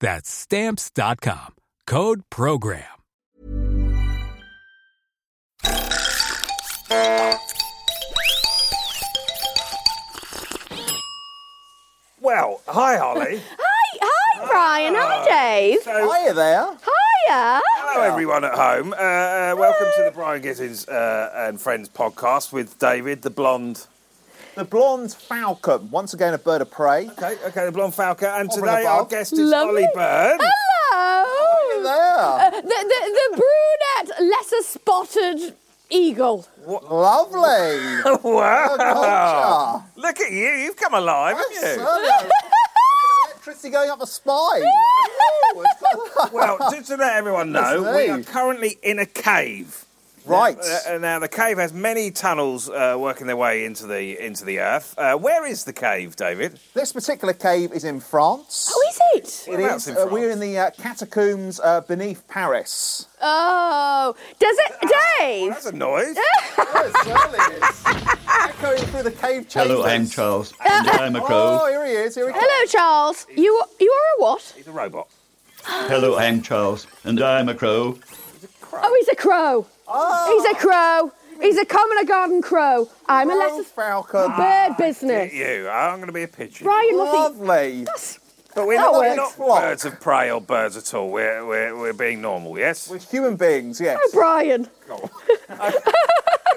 That's stamps.com. Code program. Well, hi, Holly. Hi, hi, Brian. Hi, Dave. So- Hiya there. Hiya. Hello, everyone at home. Uh, uh, welcome to the Brian Gittins uh, and Friends podcast with David, the blonde. The blonde falcon, once again a bird of prey. Okay, okay, the blonde falcon. And Hopping today our about. guest is Lovely. Holly Byrne. Hello. Uh, There. The, the, the brunette, lesser spotted eagle. Lovely. wow! Ah, Look at you. You've come alive, yes, haven't you? certainly. Electricity going up the spine. Oh, Well, just to let everyone know, Yes, we hey. are currently in a cave. Right. Uh, now, the cave has many tunnels uh, working their way into the into the earth. Uh, where is the cave, David? This particular cave is in France. Oh, is it? It Whereabouts is. in uh, we're France? in the uh, catacombs uh, beneath Paris. Oh, does it, Dave? That's a noise. yes, certainly is. Echoing through the cave chambers. Hello, I'm Charles. And I'm a Oh, crow. here he is. Here he comes. Hello, Charles. You you are a what? He's a robot. Hello, I'm Charles. And I'm a crow. Oh, he's a crow. He's a crow. He's a commoner garden crow. I'm a Hello, lesser falcon. bird business. You. I'm going to be a pigeon. Brian must Lovely. eat. But we're That not, we're works. not Flock. birds of prey or birds at all. We're, we're, we're being normal, yes? We're human beings, yes. Oh, Brian.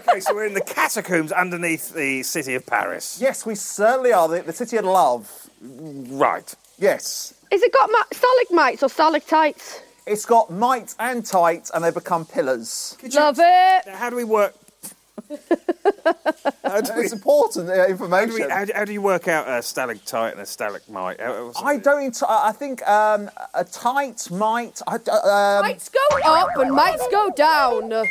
Okay, so we're in the catacombs underneath the city of Paris. Yes, we certainly are. The, the city of love. Right. Yes. Has it got ma- stalagmites or stalactites? It's got might and tight, and they become pillars. Love it. Now, how do we work? how, do we, It's important uh, how, do we, information. how, do- how do you work out a stalactite and a stalagmite? How- how- I don't. I I think um, a tight might. I, d- um, Mites go up and mites go down. that,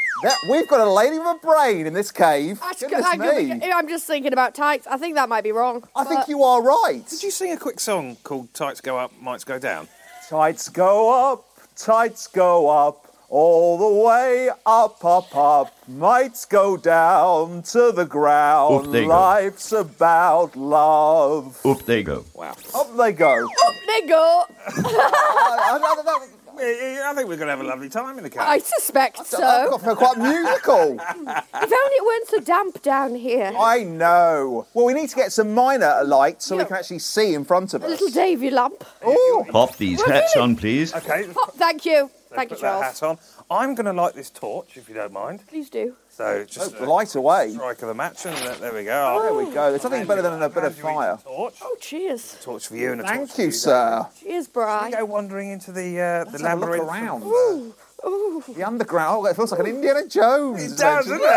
we've got a lady with a brain in this cave. That's go- Goodness I'm, gonna me. get- I'm just thinking about tights. I think that might be wrong. I think but- you are right. Did you sing a quick song called Tights Go Up, Mites Go Down? Tights go up, tights go up, all the way up, up, up. Mights go down to the ground. Oop, they go. Life's about love. Up they go. Wow. Up they go. They go. I, I, I, I I think we're going to have a lovely time in the cave. I suspect I, so. I feel quite musical. If only it weren't so damp down here. I know. Well, we need to get some minor light so we Yeah. can actually see in front of A us. little Davy lamp. Ooh, Pop these hats on, please. Okay, Oh, thank you. Thank you, put that Charles. hat on. I'm going to light this torch, if you don't mind. Please do. So just the a light away. strike of a match, and uh, there- there we There go. Oh, we go. There's nothing better than a bit of Hand you each fire. Torch. Oh, cheers. Torch for you and a torch Thank for you, sir. Cheers, We Bri. go wandering into the uh, the Let's have a look labyrinth. around. Ooh, ooh. The underground. Oh, it feels like an Indiana Jones. It adventure. does, doesn't it? Yeah,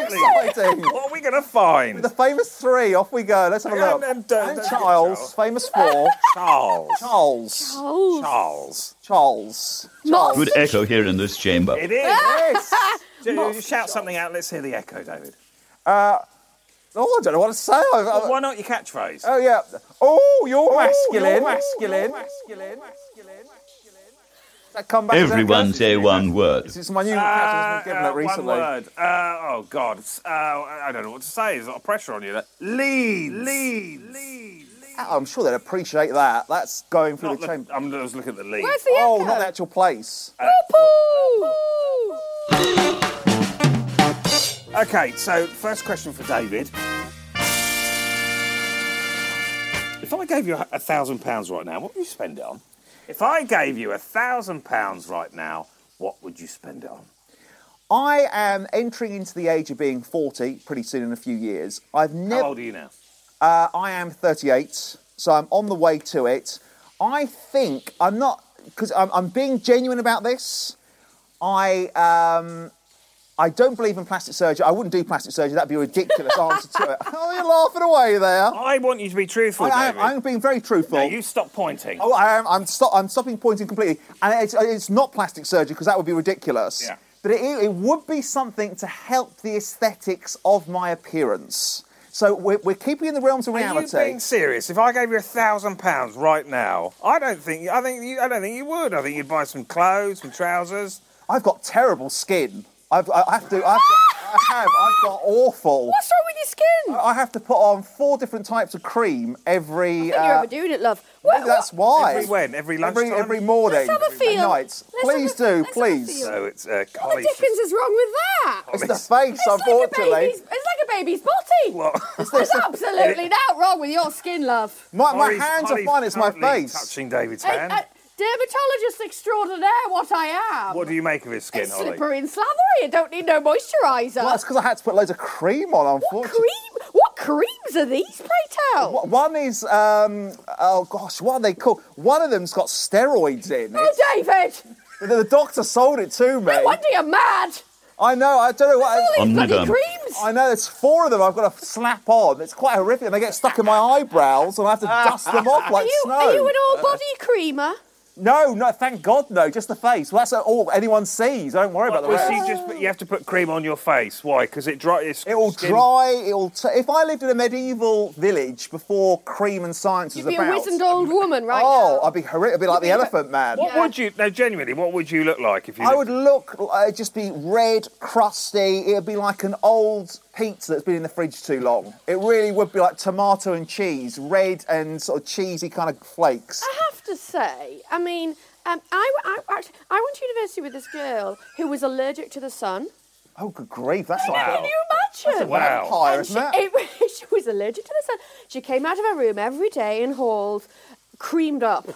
Lovely. exciting. What are we going to find? The famous three, off we go. Let's have a And- look. and don't- don't forget Charles, Charles. famous four. Charles. Charles. Oh, Charles. Charles. Moss. Good echo here in this chamber. It is. Yes. Do you shout something out. Let's hear the echo, David. Oh, I don't know what to say. I- I- Why not your catchphrase? Uh, oh, yeah. Oh, you're Oh, masculine. you're masculine. masculine. Come back Everyone say one word. It's my new Uh, catchphrase been uh, given that recently. One word. Uh, oh God, It's, uh, I don't know what to say. There's a lot of pressure on you. There. Leeds, Leeds, Leeds. I'm sure they'd appreciate that. That's going through Not the the, chamber. I'm just looking at the Leeds. Where's the Oh, echo? not the actual place. Poo-poo! Okay, so first question for David. If I gave you a thousand pounds right now, what would you spend it on? If I gave you a thousand pounds right now, what would you spend it on? I am entering into the age of being 40 pretty soon in a few years. I've How never. old are you now? Uh, I am 38, so I'm on the way to it. I think I'm not because I'm, I'm being genuine about this. I um, I don't believe in plastic surgery. I wouldn't do plastic surgery. That'd be a ridiculous answer to it. Oh, you're laughing away there. I want you to be truthful, I, David. I, am being very truthful. Now, you stop pointing. Oh, I am, I'm, stop, I'm stopping pointing completely. And it's, it's not plastic surgery because that would be ridiculous. Yeah. But it, it would be something to help the aesthetics of my appearance. So we're, we're keeping in the realms of Are you reality. being serious? If I gave you a thousand pounds right now, I don't think I think you I don't think you would. I think you'd buy some clothes, some trousers. I've got terrible skin. I've, I have to. I have, to, I have. I've got awful. What's wrong with your skin? I have to put on four different types of cream every. You're uh, overdoing it, love. What, that's what- why. Every when? Every Every, lunchtime? every morning. Let's have a and feel. nights. Let's please have a- do, let's have a please. feel. So it's uh, what the college. dickens is wrong with that? It's the face, It's like, a unfortunately. baby's, it's like a baby's body. What? There's absolutely Eh. not wrong with your skin, love. my my Holly's- hands are Holly's fine. It's my totally face. Touching David's A, hand. a dermatologist extraordinaire, what I am. What do you make of his skin, it's Holly? slippery and slathery. You don't need no moisturiser. Well, that's because I had to put loads of cream on, What unfortunately. cream? What creams are these, pray tell? Wh- One is, um, oh gosh, what are they called? One of them's got steroids in. Oh, It's- David! the doctor sold it to me. No wonder you're mad. I know, I don't know what. All these bloody Omnidum. creams. I know there's four of them I've got to slap on. It's quite horrific. And they get stuck in my eyebrows and I have to dust them off Are like you, snow. Uh, are you an all-body creamer? No, no, thank God, no, just the face. Well, that's all anyone sees. I don't worry about the Well, rest. she just put- you have to put cream on your face. Why? Because it dry. It's It'll skin- dry, it'll. T- if I lived in a medieval village before cream and science You'd was be about. a wizened old woman right oh, now. I'd be horrific. I'd be like the elephant man. What would you? No, genuinely, what would you look like if you? I lived- would look, uh, just be red, crusty. It'd be like an old pizza that's been in the fridge too long. It really would be like tomato and cheese, red and sort of cheesy kind of flakes. I have to say, I mean, um, I, I, actually, I went to university with this girl who was allergic to the sun. Oh, good grief, that's Wow. like Can you imagine? wow. vampire, And isn't it? she, it- she was allergic to the sun. She came out of her room every day in halls, creamed up.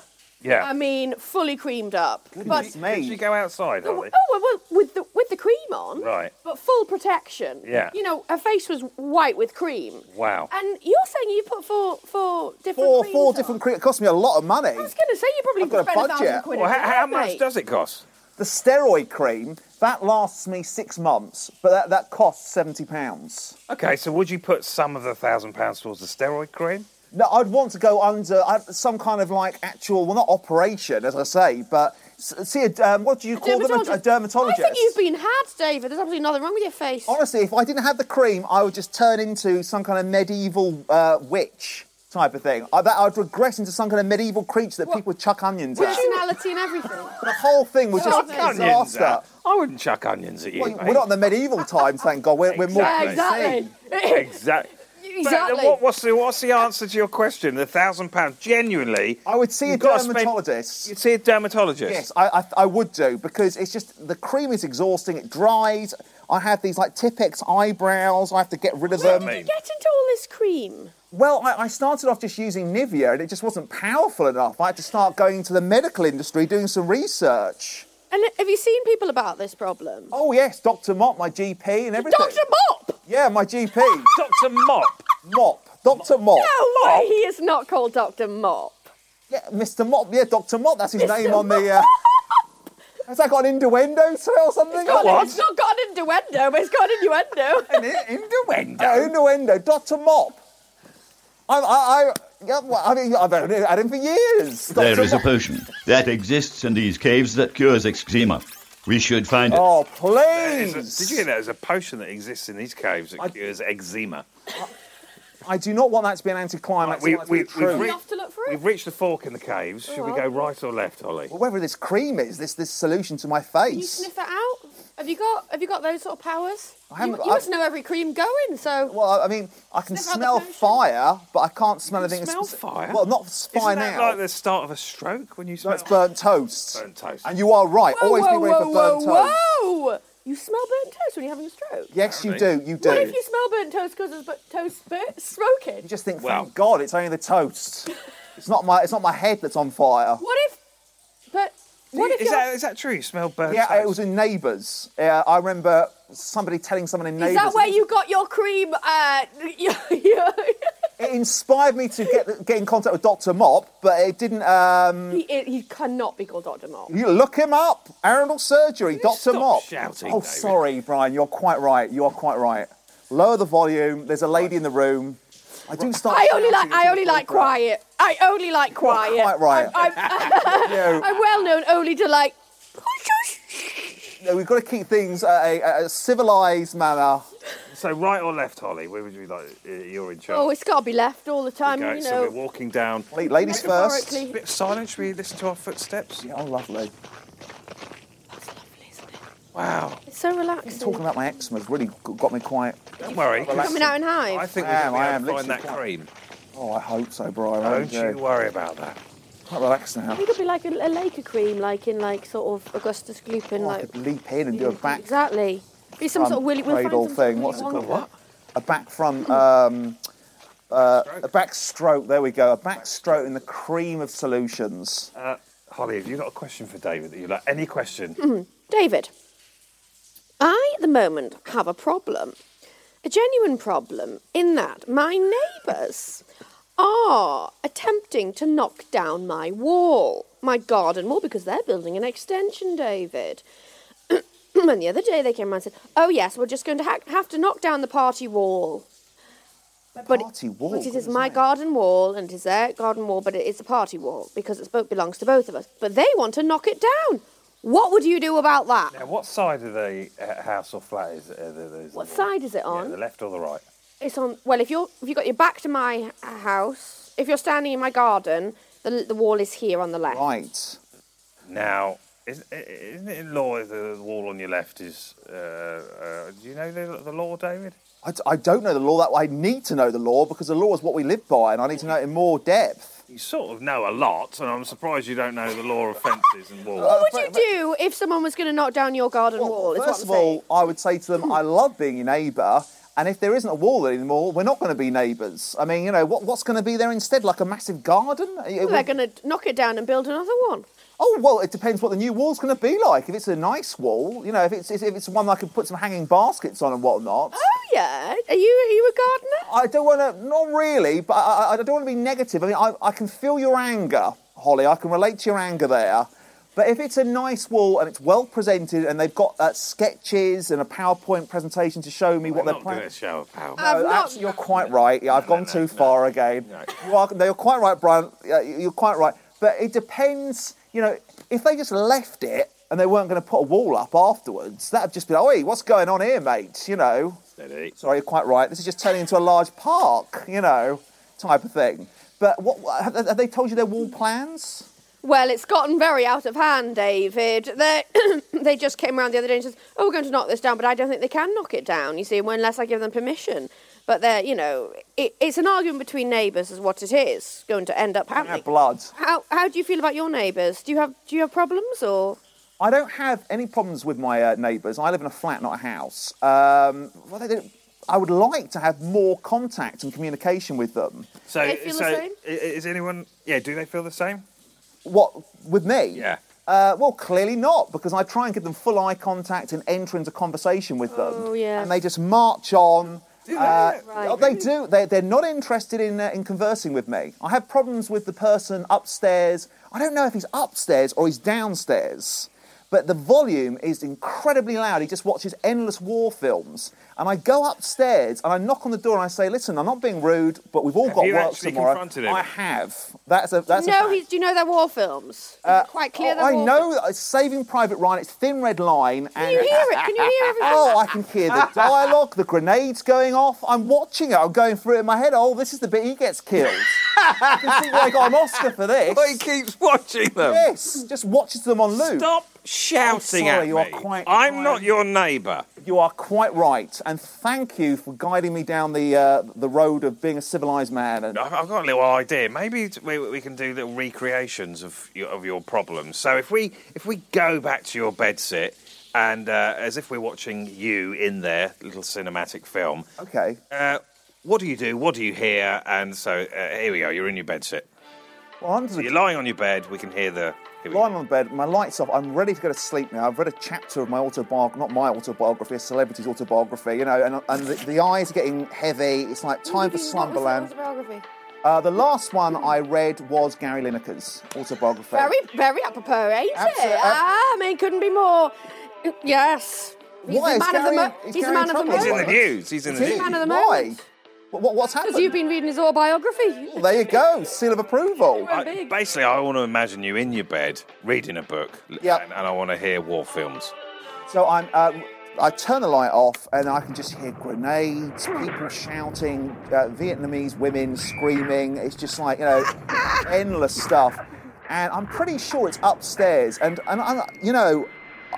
Yeah. I mean, fully creamed up. Goodness but me. Could you go outside, oh, Holly? well, well, with the with the cream on, Right. But full protection. Yeah. You know, her face was white with cream. Wow. And you're saying you put four four different Four, creams four on? different creams. It cost me a lot of money. I was going to say you probably I've got a spent a thousand budget. quid. Well, on how, it, how mate. much does it cost? The steroid cream, that lasts me six months, but that, that costs £70. Okay, so would you put some of the thousand pounds towards the steroid cream? No, I'd want to go under uh, some kind of like actual, well, not operation, as I say, but s- see, a, um, what do you call them? A, a dermatologist. I think you've been had, David. There's absolutely nothing wrong with your face. Honestly, if I didn't have the cream, I would just turn into some kind of medieval uh, witch type of thing. I, that I'd regress into some kind of medieval creature that people would chuck onions at. Personality and everything. The whole thing was just Chuck a onions disaster. at- I wouldn't chuck onions at you. Well, mate. we're not in the medieval times, thank God. We're, we're more Yeah, sane. exactly. Exactly. Exactly. What, what's the what's the answer to your question? The thousand pounds, genuinely. I would see you've a gotta spend- dermatologist. You'd see a dermatologist. Yes, I, I, I would do because it's just the cream is exhausting. It dries. I have these like Tippex eyebrows. I have to get rid What does of them. that mean? Get into all this cream. Well, I, I started off just using Nivea and it just wasn't powerful enough. I had to start going into the medical industry, doing some research. And have you seen people about this problem? Oh yes, Dr. Mop, my GP, and everything. Dr. Mop! Yeah, my GP, Doctor Mop. Mop, Dr. Mop. No way, he is not called Dr. Mop. Yeah, Mr. Mop. Yeah, Dr. Mop. That's his Mr. name on the. Uh... Has that got an innuendo to it or something? God, Oh, It's not got innuendo, but it's got innuendo. An innuendo. Oh, innuendo. Dr. Mop. I, I, I, yeah, well, I mean, I've had him- had him for years. There Dr. is a Mop. potion that exists in these caves that cures eczema. We should find it. Oh, There's please. a- Did you hear that? There's a potion that exists in these caves that cures eczema. I do not want that to be an anticlimax. We- I want that to we- be we- true. we- We have to look for We've reached the fork in the caves. Should Oh. we go right or left, Holly? Whatever this cream is, this this solution to my Can you face. sniff it out? Have you got Have you got those sort of powers? I You, haven't got- you must know every cream going. So Well, I- I mean, I can Sniff out the smell potion. fire, but I can't smell anything. smell speci- fire? Well, not s- fire Isn't that now. like the start of a stroke when you No, smell it's burnt toast. Burnt toast. And you are right. whoa, Always whoa, be ready whoa, for burnt whoa, toast. whoa! You smell burnt toast when you're having a stroke. Yes, you do. Apparently. You do. What if you smell burnt toast because it's but toast bur- smoking? You just think, Well- thank God, it's only the toast. it's not my, it's not my head that's on fire. What if? But what if is, you're? that, is that true? You smell burnt Yeah, toast? it was in Neighbours. Uh, I remember somebody telling someone in Neighbours. Is that where you got your cream? Uh, your, your, It inspired me to get get in contact with Doctor Mop, but it didn't. Um, he, he cannot be called Dr. Mole. you look him up. Arundel surgery, Doctor stop Mop. shouting, oh, David? sorry, Brian. You're quite right. You are quite right. Lower the volume. There's a lady in the room. I do start. I only like shouting I into only the like photograph. quiet. I only like quiet. quite right. I'm, I'm, Yeah. I'm well known only to like. No, we've got to keep things at a, at a civilized manner. So right or left, Holly? Where would you like? uh, You're in charge. Oh, it's got to be left all the time, okay, you so we're know. walking down. La- Ladies first. Metaphorically. A bit of silence. Should we listen to our footsteps? Yeah, oh, lovely. That's lovely, isn't it? Wow. It's so relaxing. Talking about my eczema has really g- got me quite. Don't worry. 'cause Coming out in I hives. think I am, we're I going am, to find that literally quite- cream. Oh, I hope so, Brian. I Don't do. you worry about that. Quite relaxed now. It could be like a, a Laker cream, like in like sort of Augustus Glupin, Oh, I like could leap in and do a back exactly. Be some sort of Willy we'll find cradle some thing. Willy What's it called? Wonka. A back from Hmm. um, uh, a back stroke. There we go. A back stroke in the cream of solutions. Uh, Holly, have you got a question for David that you like? Any question? David, I at the moment have a problem, a genuine problem, in that my neighbours are attempting to knock down my wall, my garden wall, because they're building an extension, David. and the other day they came around and said, Oh, yes, we're just going to ha- have to knock down the party wall. But, Party wall, but it is goodness my me. garden wall and it is their garden wall, but it is a party wall because it both belongs to both of us. But they want to knock it down. What would you do about that? Now, what side of the uh, house or flat is uh, the, the, What side is it on? the left or the right? It's on. Well, if you're if you got your back to my h- house, if you're standing in my garden, the the wall is here on the left. Right. Now, isn't, isn't it in law if the wall on your left is? Uh, uh, do you know the, the law, David? I, d- I don't know the law. That I need to know the law because the law is what we live by, and I need to know it in more depth. You sort of know a lot, and I'm surprised you don't know the law of fences and walls. What would you do if someone was going to knock down your garden wall? is first what of I'm saying. Hmm. all, I would say to them, I love being your neighbour. And if there isn't a wall anymore, we're not going to be neighbours. I mean, you know, what, what's going to be there instead? Like a massive garden? It they're would- going to knock it down and build another one. Oh well, it depends what the new wall's going to be like. If it's a nice wall, you know, if it's if it's one I could put some hanging baskets on and whatnot. Oh yeah, are you are you a gardener? I don't want to, not really, but I, I, I don't want to be negative. I mean, I, I can feel your anger, Holly. I can relate to your anger there. But if it's a nice wall and it's well presented and they've got uh, sketches and a PowerPoint presentation to show me what We're they're not doing planning. a show of power. I've No, not- abs- you're quite right. Yeah, I've gone too far again. You are, no, you're quite right, Brian. Yeah, you- You're quite right. But it depends, you know, if they just left it and they weren't going to put a wall up afterwards, that would just be like, oi, what's going on here, mate? You know, Steady. sorry, you're quite right. This is just turning into a large park, you know, type of thing. But what have have they told you their wall plans? Well, it's gotten very out of hand, David. They they just came around the other day and said, "Oh, we're going to knock this down," but I don't think they can knock it down. You see, unless I give them permission. But they're, you know, it, it's an argument between neighbours, is what it is going to end up Yeah, happening. blood. How how do you feel about your neighbours? Do you have do you have problems or? I don't have any problems with my uh, neighbours. I live in a flat, not a house. Um, well, they don't, I would like to have more contact and communication with them. So, They feel the so same? i- is anyone? Yeah, do they feel the same? What with me? Yeah. Uh, well, clearly not, because I try and give them full eye contact and enter into conversation with them. Oh, yeah. And they just march on. Do Uh, they? Right. oh, They do. They, they're not interested in, uh, in conversing with me. I have problems with the person upstairs. I don't know if he's upstairs or he's downstairs, but the volume is incredibly loud. He just watches endless war films. And I go upstairs and I knock on the door and I say, Listen, I'm not being rude, but we've all Have got you work actually tomorrow. confronted him? I have. That's a that's a no, fact. he's, do you know they're war films? Is it quite clear Oh, they're I war know that it's Saving Private Ryan. It's Thin Red Line. Can And you hear it? Can you hear everything? Oh, I can hear the dialogue, the grenades going off. I'm watching it. I'm going through it in my head. Oh, this is the bit he gets killed. I can see why I got an Oscar for this. But he keeps watching them. Yes, just watches them on loop. Stop shouting I'm sorry, at you are me. quite- I'm quite- not your neighbour. You are quite right, and thank you for guiding me down the uh, the road of being a civilized man. And I've I've got a little idea. Maybe t- we, we can do little recreations of your, of your problems. So if we if we go back to your bed sit and uh, as if we're watching you in there, little cinematic film. Okay. Uh, what do you do? What do you hear? And so uh, here we go. You're in your bed sit. Well, under the You're lying on your bed. We can hear the. Here we lying go. on the bed, my lights off. I'm ready to go to sleep now. I've read a chapter of my autobiography, not my autobiography, a celebrity's autobiography, you know, and, and the, the eyes are getting heavy. It's like time for slumberland. Uh, the last one I read was Gary Lineker's autobiography. Very, very apropos, ain't Absolute- it? Ah, I mean, couldn't be more. Yes. He's Why the is man of the Gary- mo- is He's the Gary man of the in trouble? He's in the moment. news. He's in the Is he? news. man of the Why? moment. What, what- what's happened? Because you've been reading his autobiography. Well, there you go, seal of approval. Well, I- big. basically, I want to imagine you in your bed reading a book, l- Yep. and, and I want to hear war films. So I'm, uh, I turn the light off, and I can just hear grenades, people shouting, uh, Vietnamese women screaming. It's just like you know, endless stuff. And I'm pretty sure it's upstairs. And and i you know,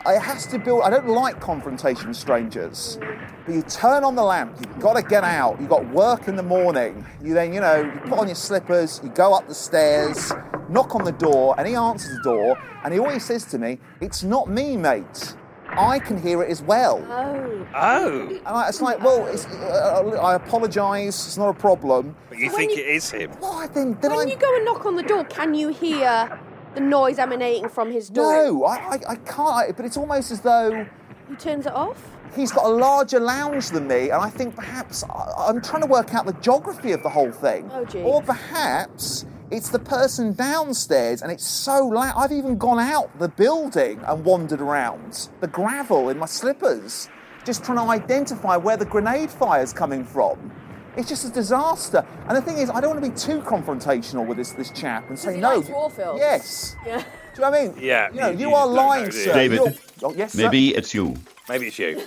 it has to build. I don't like confrontation with strangers. But you turn on the lamp. You've got to get out. You've got work in the morning. You then you know you put on your slippers. You go up the stairs. Knock on the door, and he answers the door, and he always says to me, "It's not me, mate." I can hear it as well. Oh. Oh, And I, it's like, well, it's, uh, I apologise. It's not a problem. but you So when think you- it is him? Why then? Then When I you go and knock on the door, can you hear the noise emanating from his door? no, I, I, I can't. I, but it's almost as though He turns it off. he's got a larger lounge than me, and I think perhaps I, I'm trying to work out the geography of the whole thing. Oh, geez. or perhaps it's the person downstairs, and it's so loud. I've even gone out the building and wandered around the gravel in my slippers, just trying to identify where the grenade fire's coming from. It's just a disaster. And the thing is, I don't want to be too confrontational with this, this chap and say he no. likes war films. Yes. Yeah. Do you know what I mean? Yeah, You know, you- you, you are just don't lying, know, do you? sir. David, You're- oh, yes, sir. Maybe it's you. Maybe it's you. Maybe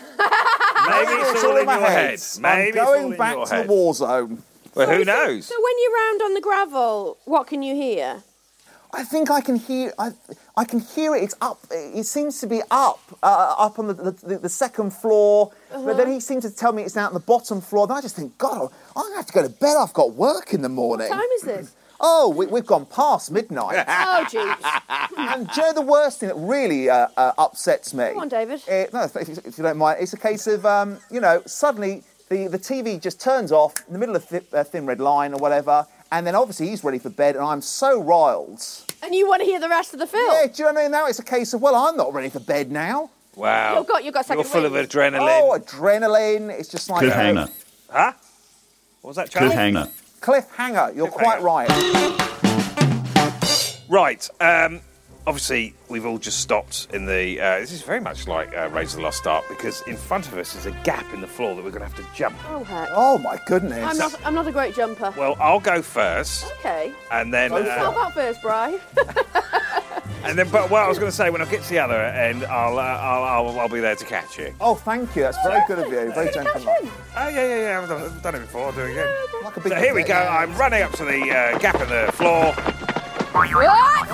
it's all in my your head. I'm Maybe going it's all in back your to head. the war zone. Well, who So- knows? So when you're round on the gravel, what can you hear? I think I can hear. I, I can hear it. It's up. It seems to be up, uh, up on the, the, the, the second floor. But Uh-huh. then he seemed to tell me it's down at the bottom floor. Then I just think, God, I'm gonna have to go to bed. I've got work in the morning. Time is this? Oh, we, we've gone past midnight. Oh, jeez. and do you know the worst thing that really uh, uh, upsets me? Go on, David. Eh, no, if, if- if you don't mind, it's a case of um, you know suddenly the, the TV just turns off in the middle of th- uh, Thin Red Line or whatever, and then obviously he's ready for bed, and I'm so riled. And you want to hear the rest of the film? Yeah, do you know what I mean? Now it's a case of well, I'm not ready for bed now. Wow. You've got- Oh, you've got You're second full wind. of adrenaline. Oh, adrenaline! It's just like Cliffhanger. Huh? What was that, Charlie? Cliffhanger. Cliffhanger. You're quite Cliffhanger. right. Right. Um, obviously, we've all just stopped in the. Uh, this is very much like uh, Raiders of the Lost Ark because in front of us is a gap in the floor that we're going to have to jump. Oh, heck. Oh my goodness. I'm not, I'm not a great jumper. Well, I'll go first, okay. and then, Go How uh, about first, Bri? and then. But what I was going to say, when I get to the other end, I'll, uh, I'll, I'll, I'll be there to catch you. Oh, thank you. That's very good of you. Very gentlemanly. Oh yeah, yeah, yeah. I've done, I've done it before. I'll do it again. Like a big so here we go. yeah. I'm running up to the uh, gap in the floor, What?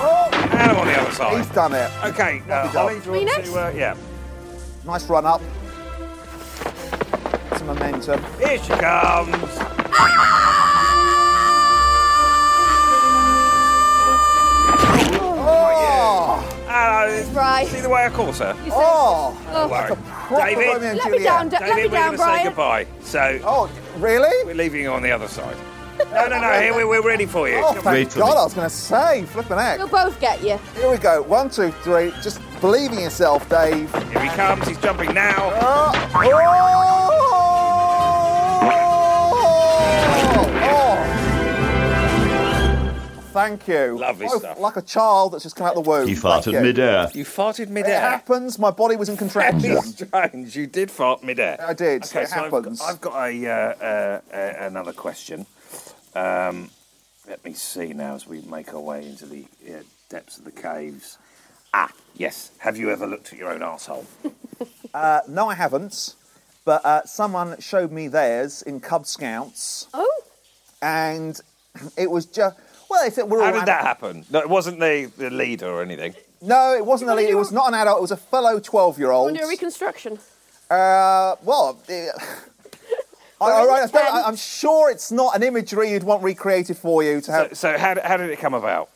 Oh, and I'm on the other Oh, He's side. done it. Okay, uh, done. Ollie, do you Me want next? to? Uh, yeah. Nice run up. Some momentum. Here she comes. Oh, Hello. Right. See the way I caught her. You said- oh, Oh. Wow. proper Romeo David, and Let me Juliet. down, Da- let me David, we're down, going to say Brian. goodbye. So Oh, really? we're leaving you on the other side. No, no, no. Here we, we're ready for you. Oh, Come on. thank Wait for God, me. I was going to say, We'll flipping heck. both get you. Here we go. One, two, three. Just believe in yourself, Dave. Here he comes. He's jumping now. Oh, oh, oh. Thank you. Lovely Oh, stuff. Like a child that's just come out the womb. He Thank you. farted midair. You farted It midair. happens. My body was in contraction. Very strange. You did fart midair. I did. Okay, it so I've got- happens. I've got, a, uh, uh, uh, another question. Um, Let me see now as we make our way into the uh, depths of the caves. Ah, yes. Have you ever looked at your own asshole? Uh, no, I haven't. But uh, someone showed me theirs in Cub Scouts, Oh, and it was just well. If it were How all did an- that happen? No, it wasn't the, the leader or anything. No, it wasn't a leader. It was not an adult. It was a fellow twelve-year-old. under a reconstruction. Uh, well, eh, I, all right, I the don't- tent. I'm sure it's not an imagery you'd want recreated for you to have. So how, d- how did it come about?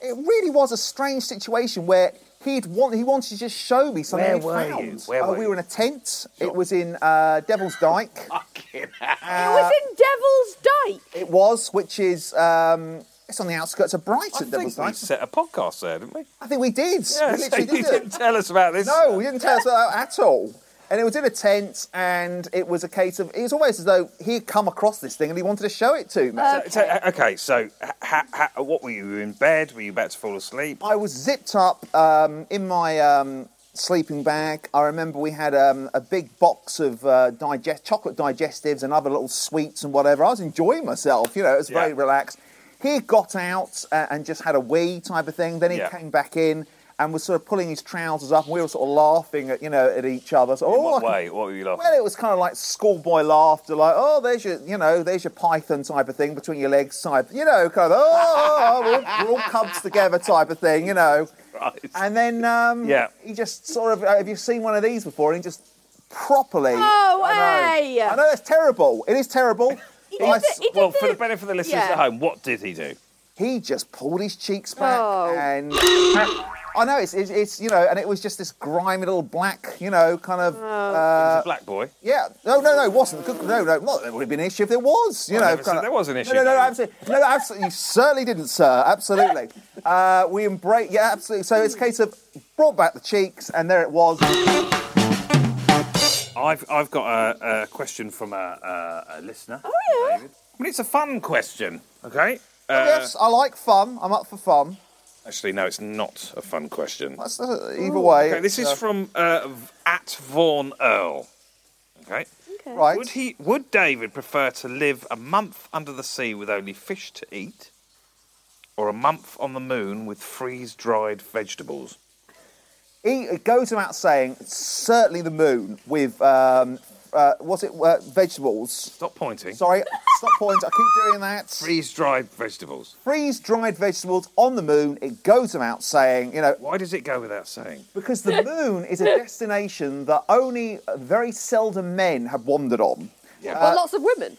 it really was a strange situation where he'd want he wanted to just show me something Where he'd were found. you? Where Uh, were we you? Ah. were in a tent. It was in uh, Devil's Dyke. Uh, it was in Devil's Dyke. it was, which is um, it's on the outskirts of I Brighton. think Devil's we Dyke. set a podcast there, didn't we? I think we Yeah, did. we so literally you did. it. didn't tell us about this. No, he Oh, didn't tell us about that at all. And it was in a tent, and it was a case of it was almost as though he had come across this thing and he wanted to show it to me. So, uh, okay, so h- ha, ha, what were you in bed? Were you about to fall asleep? I was zipped up um, in my um, sleeping bag. I remember we had um, a big box of uh, digest- chocolate digestives and other little sweets and whatever. I was enjoying myself, you know, it was very Yeah. relaxed. He got out uh, and just had a wee type of thing. Then he Yeah. came back in and was sort of pulling his trousers up, and we were sort of laughing at you know at each other. So, In "Oh, I what can way? What were you laughing? well, it was kind of like schoolboy laughter, like, oh, there's your, you know, there's your python type of thing between your legs type, you know, kind of, oh, we're, all, we're all cubs together type of thing, you know. Right. And then um, Yeah. he just sort of, have you seen one of these before? And he just properly. No I know. way! I know that's terrible. It is terrible. He but did I the- s- he did Well, for the benefit of the listeners yeah. at home, what did he do? he just pulled his cheeks back Oh. and I know it's, it's it's you know and it was just this grimy little black you know kind of Oh. He uh, was a black boy. Yeah, no, no, no, it wasn't. Good- No, no, not that it would have been an issue if there was. You I know, never said kinda- there was an issue, No, no, no, David. absolutely, no, no, absolutely, you certainly didn't, sir. Absolutely, uh, we embrace. Yeah, absolutely. So it's a case of brought back the cheeks, and there it was. Uh, I've, I've got a, a question from a, a, a listener. Oh, yeah. I mean, it's a fun question, okay? Uh, Oh, yes, I like fun. I'm up for fun. Actually, no, it's not a fun question. That's, uh, either way. Okay, this is uh, from uh, v- at Vaughan Earl. Okay. Okay. right. Would he? Would David prefer to live a month under the sea with only fish to eat, or a month on the moon with freeze-dried vegetables? He it goes about saying certainly the moon with um, uh, what's it? Uh, vegetables. Stop pointing. Sorry, stop point. I keep doing that. Freeze-dried vegetables. Freeze dried vegetables on the moon. It goes about saying, you know, Why does it go without saying? Because the moon is a destination that only very seldom men have wandered on. Yeah. Uh, well, lots of women.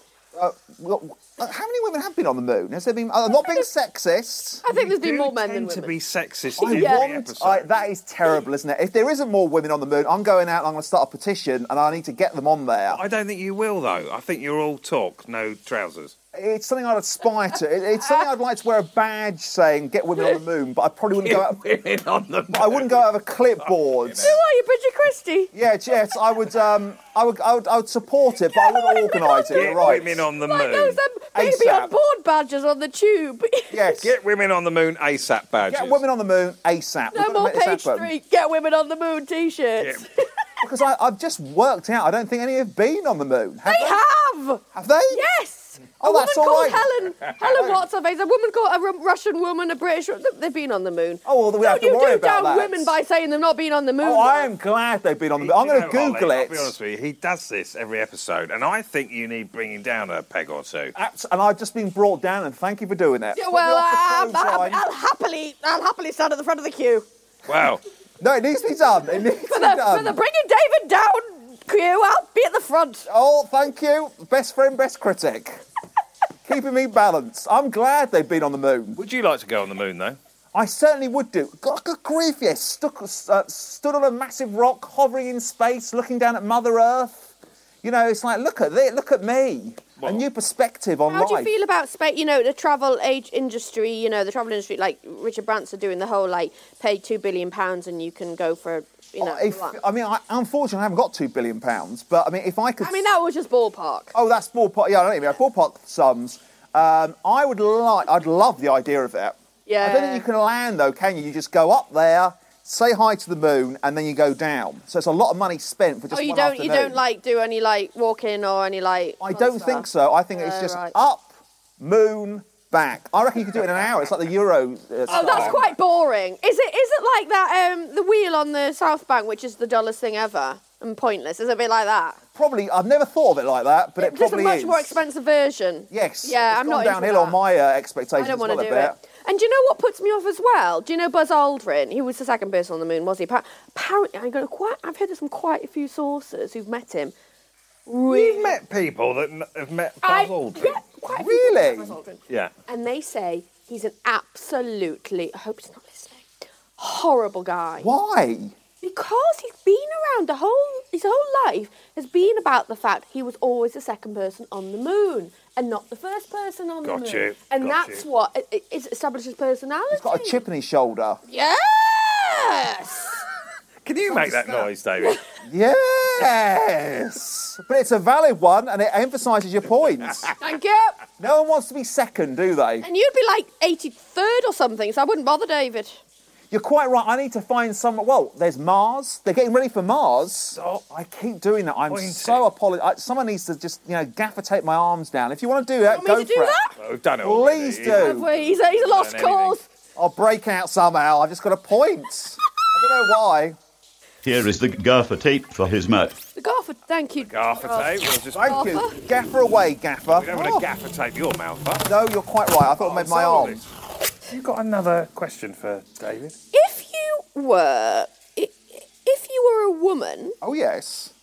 Well, uh, how many women have been on the moon? Has there been? I'm not being sexist. I think there's been do more men than tend women. to be sexist I in Yeah. every want. episode. I, that is terrible, isn't it? If there isn't more women on the moon, I'm going out and I'm going to start a petition, and I need to get them on there. I don't think you will, though. I think you're all talk, no trousers. It's something I'd aspire to. It- it's something I'd like to wear a badge saying "Get women on the moon," but I probably wouldn't go. Out, Women on the I wouldn't go out with a clipboard. Who are you, Bridget Christie? Yeah, yes, I would. Um, I would. I would. I would support it, but I wouldn't organise it. Get You're right. women on the Like moon. those them baby ASAP. on board badges on the tube. Yes. Get women on the moon ASAP badges. Get women on the moon ASAP. We've no got to more make this page happen. three. Get women on the moon T-shirts. Because I, I've just worked out. I don't think any have been on the moon. Have They have. Have they? Yes. Oh, a woman that's all called right. Helen. Helen Watts. There's a woman called a Ru- Russian woman, a British. wo- They've been on the moon. Oh, well, we Don't have to you worry do down about that. women by saying they've not been on the moon. Oh, I am glad they've been on the moon. I'm Do you going to know, Ollie, Google I'll be honest it. with you, he does this every episode, and I think you need bringing down a peg or two. Abs- And I've just been brought down, and thank you for doing that. Yeah, Put me well, off I'm, the I'm- clothesline. I'll happily, I'll happily stand at the front of the queue Wow. No, it needs to be done. It needs to for be the, for done. the bringing David down queue. I'll be at the front. Oh, thank you. Best friend, best critic. Keeping me balanced. I'm glad they've been on the moon. Would you like to go on the moon, though? I certainly would do. God, good grief, yes. Stuck, uh, stood on a massive rock, hovering in space, looking down at Mother Earth. You know, it's like, look at this, look at me. A new perspective on How life. do you feel about space? You know, the travel age industry. You know, the travel industry. Like Richard Branson doing the whole like pay two billion pounds and you can go for you know. Oh, if- run. I mean, I, unfortunately, I haven't got two billion pounds, but I mean, if I could. I mean, that was just ballpark. Oh, that's ballpark. Yeah, I don't even know. Ballpark sums. Um, I would like. I'd love the idea of that. I don't Yeah. think you can land though, can you? You just go up there, say hi to the moon, and then you go down. So it's a lot of money spent for just oh, you one don't. You don't afternoon. like do any like walking or any like. I don't concert? think so. I think it's Yeah, just right. up, moon, back. I reckon you could do it in an hour. It's like the Euro. Uh, Oh, that's quite boring. Is it? Is it like that? Um, the wheel on the South Bank, which is the dullest thing ever and pointless. Is it a bit like that? Probably, I've never thought of it like that, but it There's a probably much is. more expensive version. Yes. Yeah, it's I'm gone not into downhill that. on my uh, expectations. I don't want to do it. And do you know what puts me off as well? Do you know Buzz Aldrin? He was the second person on the moon, was he? Appa- Apparently, I'm going to quite. I've heard this from quite a few sources who've met him. You've met people that n- have met Buzz I- Aldrin. Yeah, quite a few people Really? met Buzz Aldrin. Yeah. And they say he's an absolutely. I hope he's not listening. Horrible guy. Why? Because he's been around the whole his whole life has been about the fact he was always the second person on the moon and not the first person on Got the moon. you, And got that's you. what it, it- it's established his personality. He's got a chip in his shoulder. Yes. Can you make that noise, David? Yes! But it's a valid one and it emphasises your points. Thank you. no one wants to be second, do they? And you'd be like 83rd or something, so I wouldn't bother David. You're quite right. I need to find some. Well, there's Mars. They're getting ready for Mars. I keep doing that. I'm pointing. so apologetic. Someone needs to just, you know, gaffer tape my arms down. If you want to do that, Want me go to do for that? it. Well, We've done it. Please already. do. Well, He's a, he's a lost anything. cause. I'll break out somehow. I've just got a point. I don't know why. Here is the gaffer tape for his mat. The gaffer, thank you. Oh, Gaffer tape. We'll just. Thank you. Gaffer away, gaffer. Oh, We don't want to gaffer tape your mouth up. No, you're quite right. I thought I made my Oh, Sorry. arms. You got another question for David? If you were, i- if you were a woman, Oh, yes.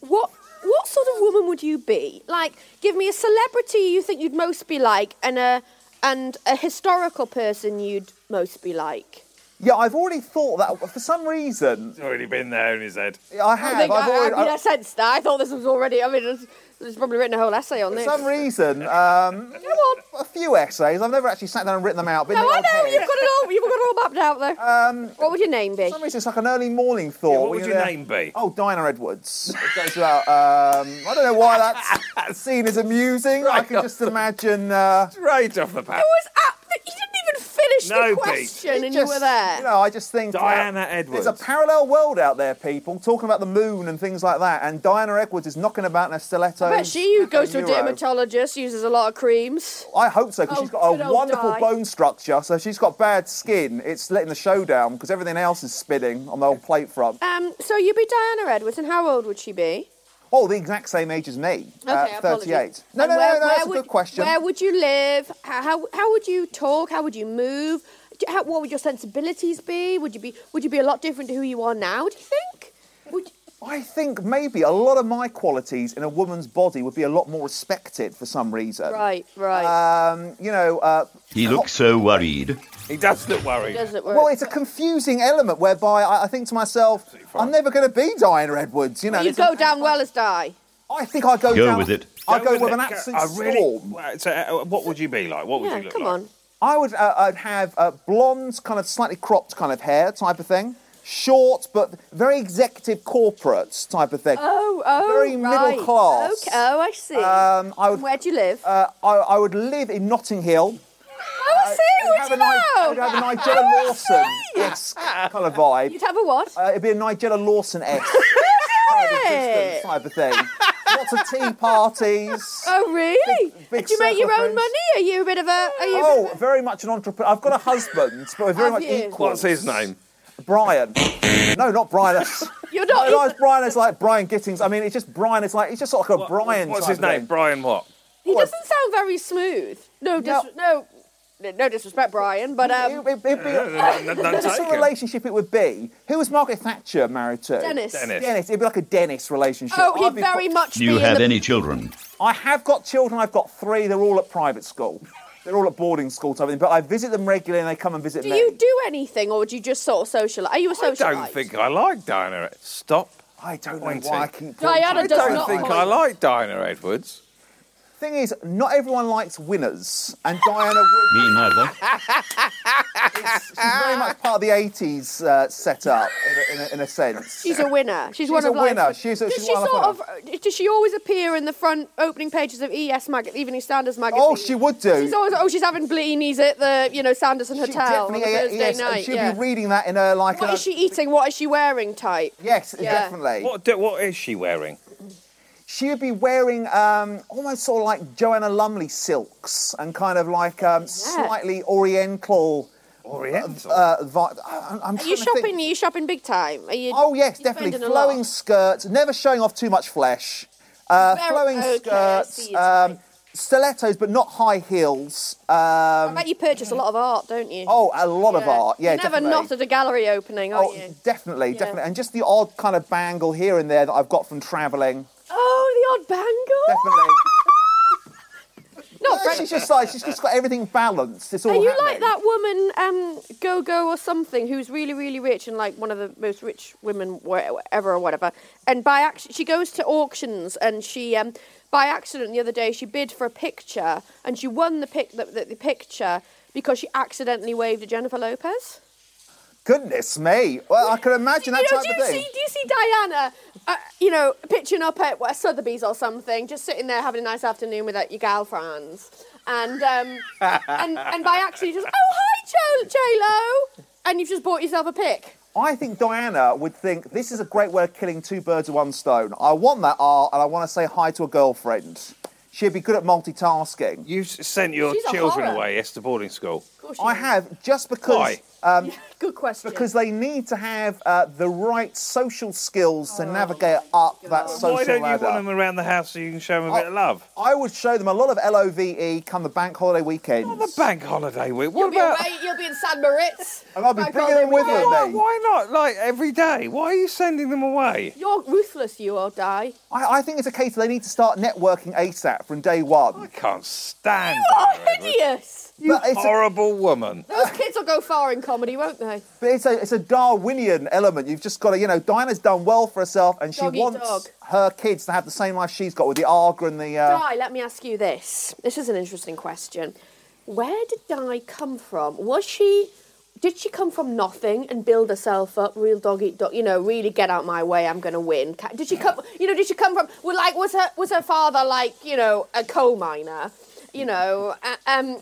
what what sort of woman would you be? Like, give me a celebrity you think you'd most be like, and a and a historical person you'd most be like. Yeah, I've already thought that. For some reason, He's already been there in his head. I have. I think I, I've already, uh, I, mean, I sensed that. I thought this was already. I mean, there's- there's probably written a whole essay on for this. some reason, um, Come on. a few essays. I've never actually sat down and written them out. But in No, my Oh, I know head- you've got it all. You've got it all mapped out there. Um, what would your name be? For some reason, it's like an early morning thought. Yeah, what would You your know, name be? Oh, Dinah Edwards. It goes without, um, I don't know why that's- that scene is amusing. I Right can off just imagine. Uh, Straight off the bat. It was up. You didn't even finish No, the Pete. question, and just, you were there. You know, I just think. uh, Diana Edwards. There's a parallel world out there, people, talking about the moon and things like that. And Diana Edwards is knocking about in a stiletto. I bet she goes to a Euro. dermatologist, uses a lot of creams. I hope so, because Oh, she's got good a old wonderful Di. bone structure. So if she's got bad skin. It's letting the show down because everything else is spinning on the old plate front. Um, so you'd be Diana Edwards, and how old would she be? Oh, the exact same age as me. Okay, uh, apologies. 38. No, And where- no, no, no, where that's would, a good question. Where would you live? How, how, how would you talk? How would you move? Do- How, what would your sensibilities be? Would you be Would you be a lot different to who you are now? Do you think? Would, I think maybe a lot of my qualities in a woman's body would be a lot more respected for some reason. right, right. Um, you know, uh, He looks so worried. He does look worried. Doesn't work. well, it's a confusing element whereby I, I think to myself, I'm never going to be Diana Edwards. You know, you It's a- go down well as die. I think I go, Go down, with it. I go, with with it. an Go- absolute I really- storm. Well, So, uh, what would you be like? What would Yeah, you look come like? on. I would uh, I'd have uh, blonde, kind of slightly cropped kind of hair type of thing, short but very executive corporate type of thing. Oh, oh, Very middle right. class. Okay. Oh, I see. Um, I would Where do you live? uh, I, I would live in Notting Hill. oh, I see. Where have do you a Ni- I would know? have a Nigella Lawson esque kind of vibe. You'd have a what? Uh, it'd be a Nigella Lawson esque Hey. type of thing. Lots of tea parties. Oh, really? big Do you make your circle own friends. money? Are you a bit of a? Are you a bit Oh, of very much an entrepreneur. I've got a husband, but we're very Have much you? equal. What's his name? Brian. No, not Brian. That's- a- you're not. No, no, it's Brian. It's like Brian Gittings. I mean, it's just Brian. It's like it's just sort of like a Brian. What's type his name? thing. Brian what? he doesn't sound very smooth. No, dis- no, no, disrespect, Brian, but um, It- it'd be- None- none What sort of taken. relationship it would be? Who was Margaret Thatcher married to? Dennis. Dennis. Dennis. It'd be like a Dennis relationship. Oh, I'd he'd be very much. Do you be in have the- any children? I have got children. I've got three. They're all at private school. They're all at boarding school type of thing. But I visit them regularly, and they come and visit Do me. you do anything, or do you just sort of socialise? Are you a I socialite? don't think I like Diana. Ed- Stop. I don't know Pointing. why I keep. Diana pointing. does I don't not think like- I like Diana Edwards. Thing is, not everyone likes winners, and Diana would. Me neither. She's very much part of the '80s uh, setup in a, in a, in a sense. She's a winner. She's, She's one a of life's- winner. She's a- does she's she one of sort us. of? Does she always appear in the front opening pages of ES mag, Evening Standards magazine? Oh, she would do. She's always. Oh, she's having blinis at the you know Sanderson She Hotel on a definitely- uh, Thursday yes, night. and she'll yeah. be reading that in her like. What a- is she eating? What is she wearing? Type. Yes, Yeah. definitely. What do, What is she wearing? she would be wearing um, almost sort of like Joanna Lumley silks and kind of like um, slightly oriental. Oriental. Uh, vi- I- I'm Are trying you to shopping? think. Are you shopping big time? Are you? Oh yes, you definitely spending a lot? flowing skirts, never showing off too much flesh. Uh, Very- flowing okay, I see skirts, your type. um, stilettos, but not high heels. I Um, bet you purchase a lot of art, don't you? oh, a lot of art. Yeah, You're never definitely. not at a gallery opening, are oh, you? definitely, Yeah. definitely, and just the odd kind of bangle here and there that I've got from travelling. Oh, the odd bangle. Definitely. No, No, Fred- she's just like she's just got everything balanced. It's all. Are you happening. like that woman, um, Gogo or something, who's really, really rich and like one of the most rich women where- ever or whatever? And by accident, she goes to auctions and she, um, by accident, the other day she bid for a picture and she won the pic the, the, the picture because she accidentally waved at Jennifer Lopez. Goodness me! Well, I can imagine that you know, type do of you thing. see, do you see Diana, uh, you know, pitching up at what, Sotheby's or something, just sitting there having a nice afternoon with like, your gal friends, and um, and and by accident, you just oh hi J Lo, and you've just bought yourself a pic. I think Diana would think this is a great way of killing two birds with one stone. I want that art, and I want to say hi to a girlfriend. She'd be good at multitasking. You've s- sent your She's a children horror. away yes, to boarding school. Of course you I do. have just because Why? Yeah, Good question. because they need to have uh, the right social skills Oh, to navigate up that social Why don't ladder. you want them around the house so you can show them a bit of love? I would show them a lot of LOVE E come the bank holiday weekends. On Oh, the bank holiday week. you'll What be about? away. You'll be in San Moritz. And I'll be Bank bringing them holiday with me, weekend. Why, mate. why not? Like every day? Why are you sending them away? You're ruthless, you or die. I, I think it's a case they need to start networking ASAP from day I one. can't stand Oh, you, Edward. hideous! You But it's a- horrible woman. Those kids will go far in comedy, won't they? But it's a, it's a Darwinian element. You've just got to, you know, Diana's done well for herself and she Dog eat wants dog. her kids to have the same life she's got with the Arga and the. Uh, Di, let me ask you this. This is an interesting question. Where did Di come from? Was she, did she come from nothing and build herself up, real dog eat dog? You know, really get out my way, I'm gonna win. Ca- Did she come? You know, did she come from? Well, like, was her was her father like you know a coal miner? You know, a- um,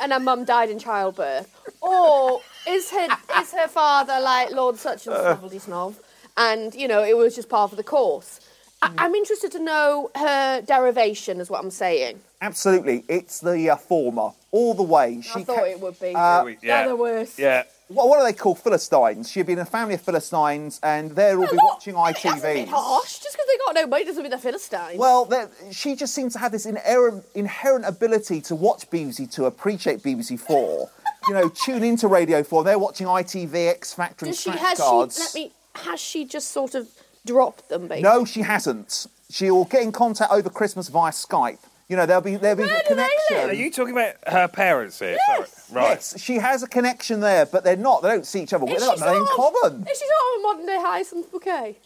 and her mum died in childbirth, or is her is her father like Lord such and snobbledy snob, and you know it was just part of the course? I- I'm interested to know her derivation, is what I'm saying. absolutely, it's the uh, former. All the way. She I thought ca- it would be. We- Uh, They're the worst. Yeah. what, what are they called? Philistines. She'd be in a family of Philistines and they'll all be watching That's a bit ITV. harsh. Just because they got no money doesn't mean they're Philistines. Well, they're- she just seems to have this inherent, inherent ability to watch BBC 2, appreciate BBC 4, you know, tune into Radio 4. They're watching ITV, X Factor, and Does she Track has Cards. she let me has she just sort of dropped them basically? No, she hasn't. She will get in contact over Christmas via Skype. You know, there'll be there'll be Where a do they connection. live? Are you talking about her parents here? Yes. Sorry. Right. Yes, she has a connection there, but they're not. They don't see each other. Is They've she got nothing in sort of- common. Is she sort of a modern day Hyacinth Bouquet?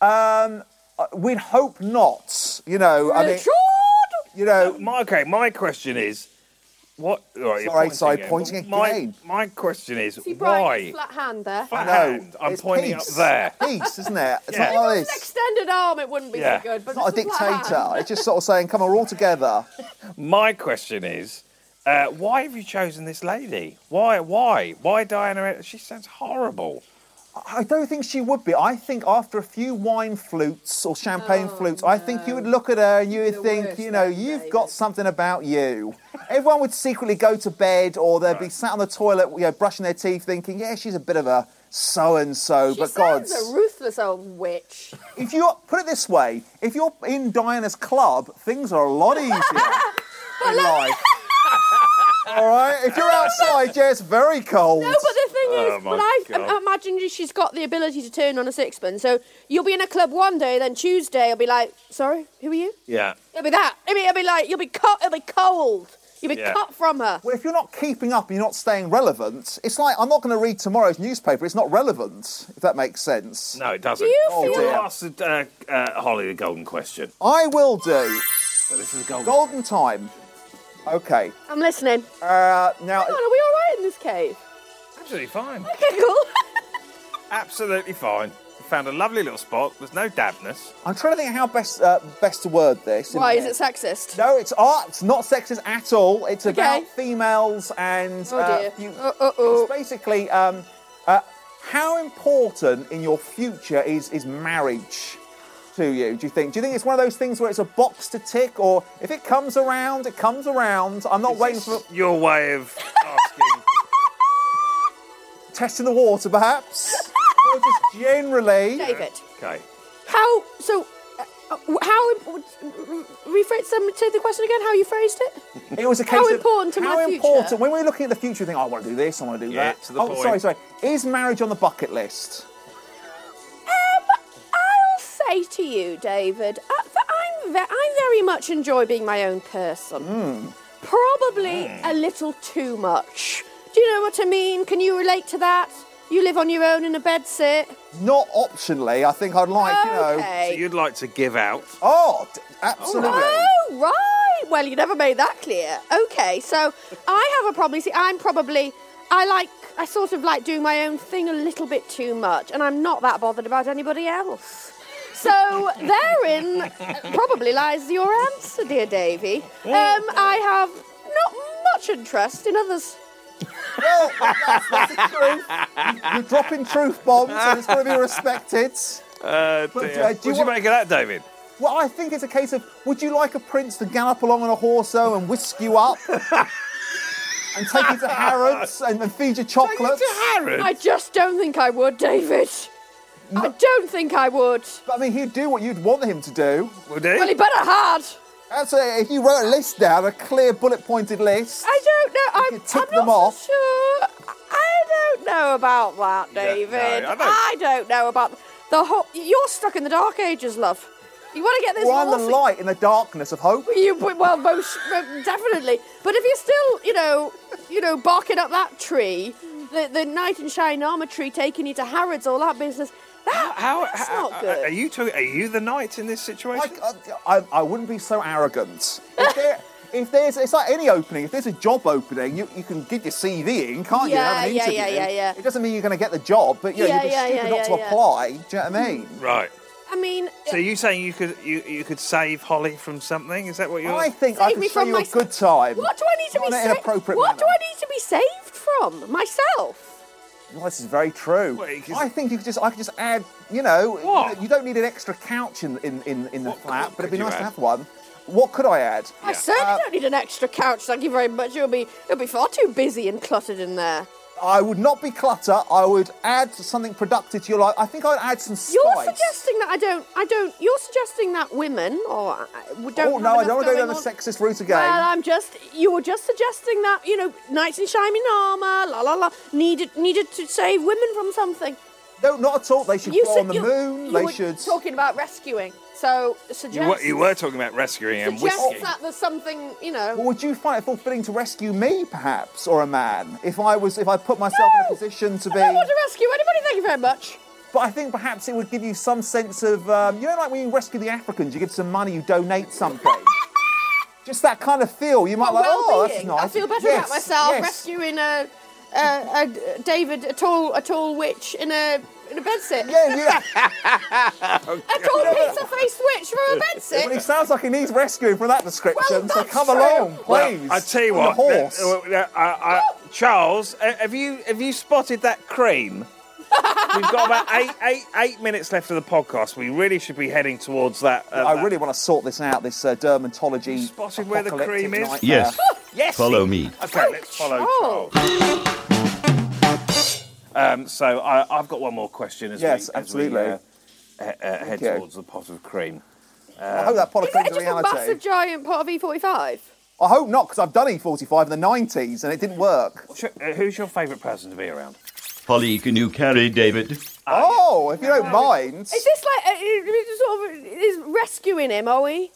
Uh, We'd hope not. You know, I mean, Richard! you know, My, okay, my question is, what? all Right, you're Sorry, sorry, again. pointing But my, again. My question is, See why? Brian's flat hand there. Flat no, hand. I'm it's pointing peace. up there. Peace, isn't it? It's Yeah. not like An this. extended arm, it wouldn't be Yeah. so good. But It's not a just flat hand. dictator. It's just sort of saying, "Come on, we're all together." My question is, uh, why have you chosen this lady? Why? Why? Why Diana? She sounds horrible. I don't think she would be. I think after a few wine flutes or champagne flutes, I think you would look at her and you Oh, would the think, worst, you know, aren't you've they? got something about you. Everyone would secretly go to bed or they'd be sat on the toilet, you know, brushing their teeth, thinking, yeah, she's a bit of a so and so. She But sounds gods, a ruthless old witch. if you put it this way, if you're in Diana's club, things are a lot easier in life. All right, if you're outside, yeah, it's very cold. No, but the thing Oh, is, my when I, God. I imagine she's got the ability to turn on a sixpence. So you'll be in a club one day, then Tuesday you'll be like, "Sorry, who are you?" Yeah. It'll be that. It'll be, it'll be like you'll be cut. It'll be cold. You'll be Yeah. cut from her. Well, if you're not keeping up and you're not staying relevant, it's like I'm not going to read tomorrow's newspaper. It's not relevant, if that makes sense. No, it doesn't. Oh, you It's a feel- last, uh, uh, Holly the golden question. I will do. So this is a golden. Golden time. Okay. I'm listening. Hang Uh, now, on, are we all right in this cave? Absolutely fine. Okay, cool. Absolutely fine. We found a lovely little spot. There's no dampness. I'm trying to think how best uh, best to word this. Why is it sexist? No, it's art. It's not sexist at all. It's about Okay. females and. Oh, uh, dear. fu- Oh, oh, oh. It's basically um, uh, how important in your future is is marriage. to you, do you think? Do you think it's one of those things where it's a box to tick, or if it comes around, it comes around? I'm not waiting for Your way of asking. testing the water, perhaps? or just generally. David. okay. How so? Uh, uh, how imp- rephrase them to the question again? How you phrased it? It was a case How of important to my how future? important. When we're looking at the future, we think, oh, I want to do this, I want to do Yeah, that. to the oh, point. sorry, sorry. Is marriage on the bucket list? Um, I'll say to you, David, uh, that I'm ve- I very much enjoy being my own person. Hmm. Probably a little too much. Do you know what I mean? Can you relate to that? You live on your own in a bedsit. Not optionally. I think I'd like, you know. So okay. you'd like to give out. Oh, d- absolutely. Oh, right. Well, you never made that clear. Okay, so I have a problem. You See, I'm probably, I like, I sort of like doing my own thing a little bit too much, and I'm not that bothered about anybody else. So therein probably lies your answer, dear Davy. Um, I have not much interest in others. Well, that's, that's the truth. You're dropping truth bombs, and it's going to be respected. Uh, do you what do you want- make of that, David? Well, I think it's a case of would you like a prince to gallop along on a horse-o and whisk you up? And take you to Harrods and then feed you chocolates. I just don't think I would, David. I don't think I would. But I mean, he'd do what you'd want him to do. Would he? Well, he better had. Absolutely. If you wrote a list down, a clear bullet-pointed list. I don't know. I'm, could tick I'm them not off. so sure. I don't know about that, don't David. know. I I, don't- don't... know about the whole. You're stuck in the dark ages, love. You want to get this We're on the horse- light in the darkness of hope. You well, most definitely. But if you're still, you know, you know, barking up that tree, the the knight in shining armor tree taking you to Harrods, all that business. That, How, that's how- uh, not Are good. you two, are you the knight in this situation? Like, I, I, I wouldn't be so arrogant. If, there, if there's, it's like any opening. If there's a job opening, you, you can get your CV in, can't you? and Yeah, have an yeah, interview. yeah, yeah, yeah. It doesn't mean you're going to get the job, but you know, Yeah, you'd be yeah, stupid yeah, not yeah, to yeah. apply. Do you know what I mean? right. I mean, So you saying you could you, you could save Holly from something? Is that what you're? I think I Save could me show from you a myself. good time. what do I need to Not be? in an sa- appropriate what do manner. I need to be saved from? Myself. Well, this is very true. Well, it is- I think you could just, I could just add, you know, What? you don't need an extra couch in in, in, in the What flat, could- but it'd be could you nice to add? have one. What could I add? I uh, certainly don't need an extra couch. Thank you very much. It'll be it'll be far too busy and cluttered in there. I would not be clutter. I would add something productive to your life. I think I'd add some spice. You're suggesting that I don't I don't. You're suggesting that women or uh, don't. Oh have no, I enough don't want to go down going the on. sexist route again. Well, I'm just. You were just suggesting that you know knights in shining armor, la la la, needed needed to save women from something. no, not at all. They should You go said on the you- moon. you they were should. talking about rescuing. So You suggest were, you were talking about rescuing and suggest whisking. that there's something you know. Well, would you find it fulfilling to rescue me, perhaps, or a man, if I was, if I put myself in No! a position to I be? don't want to rescue anybody. Thank you very much. But I think perhaps it would give you some sense of, um, you know, like when you rescue the Africans, you give some money, you donate something. Just that kind of feel. You might Well, like, oh, that's being. nice. I feel better Yes, about myself yes. rescuing a, a, a- David, a tall, a tall witch in a in a bedsit. Yeah, yeah. A tall pizza-faced witch from a Well, he bedsit. sounds like he needs rescuing from that description. Well, so that's come true. along, Well, please. I tell you On the what, horse. uh, uh, uh, uh, Charles, uh, have you have you spotted that cream? We've got about eight, eight, eight minutes left of the podcast. We really should be heading towards that. Uh, I that- really want to sort this out. This uh, dermatology. You spotted where the apocalyptic cream is? nightmare. Yes. Yes. Follow me. Oh, Okay, let's follow Charles. Um, so I, I've got one more question. As Yes, we, as we, absolutely. uh, he- uh, head you. towards the pot of cream. I hope that pot of Is that cream's just a a massive reality. giant pot of E E45? I hope not, because I've done E45 in the 90s and it didn't work. What's your- uh, who's your favourite person to be around? Holly, can you carry David? oh, if you don't mind. Is this like uh, uh, sort of is rescuing him? Are we?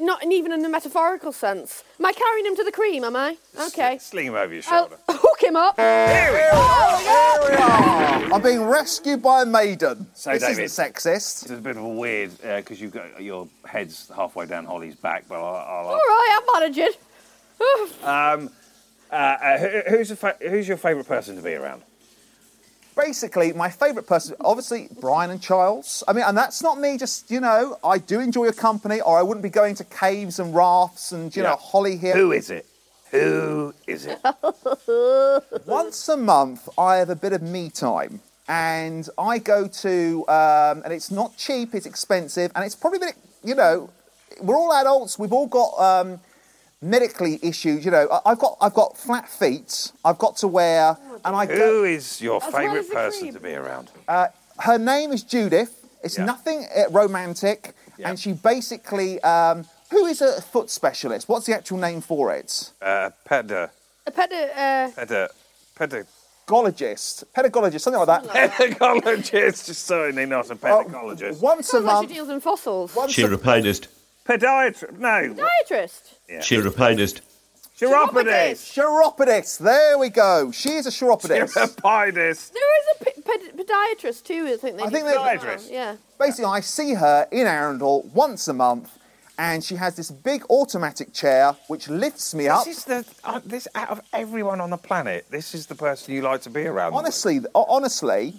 Not even in the metaphorical sense. Am I carrying him to the cream? Am I? Okay. Oh. Sl- Sling him over your I'll shoulder. hook him up. Oh, Here we go. Here we are. I'm being rescued by a maiden. So, this David. isn't sexist. It's a bit of a weird because you've got your head's halfway down Holly's back, but I'll. I'll All right, I'm managing. Oof. uh, uh, who- who's, a fa- who's your favourite person to be around? Basically, my favourite person, obviously, Brian and Charles. I mean, and that's not me, just, you know, I do enjoy your company, or I wouldn't be going to caves and rafts and, you Yeah. know, Holly here. Who is it? Who is it? Once a month, I have a bit of me time. and I go to, um, and it's not cheap, it's expensive, and it's probably, been, you know, we're all adults, we've all got um, medically issues, you know. I- I've got, I've got flat feet, I've got to wear, and I go. Who is your well favourite as the person cream. to be around? Uh, Her name is Judith. It's Yeah. nothing uh, romantic, Yeah. and she basically, um, who is a foot specialist? What's the actual name for it? Uh, peda, A pedi- uh, peda, peda. Pedagogist, pedagogist, something like that. Oh, Pedagogist, just certainly not a pedagologist. Once a sounds like month. she deals in fossils. Once She a- replied, Podiatrist, no. Podiatrist. she replied, Chiropodist. Chiropodist. There we go. She is a chiropodist. Chiropodist. There is a pe- ped- podiatrist too. I think they. I do think as they- well, Podiatrist. Yeah. Basically, I see her in Arundel once a month, and she has this big automatic chair which lifts me up. This is the uh, this out of everyone on the planet. This is the person you like to be around. Honestly, th- honestly,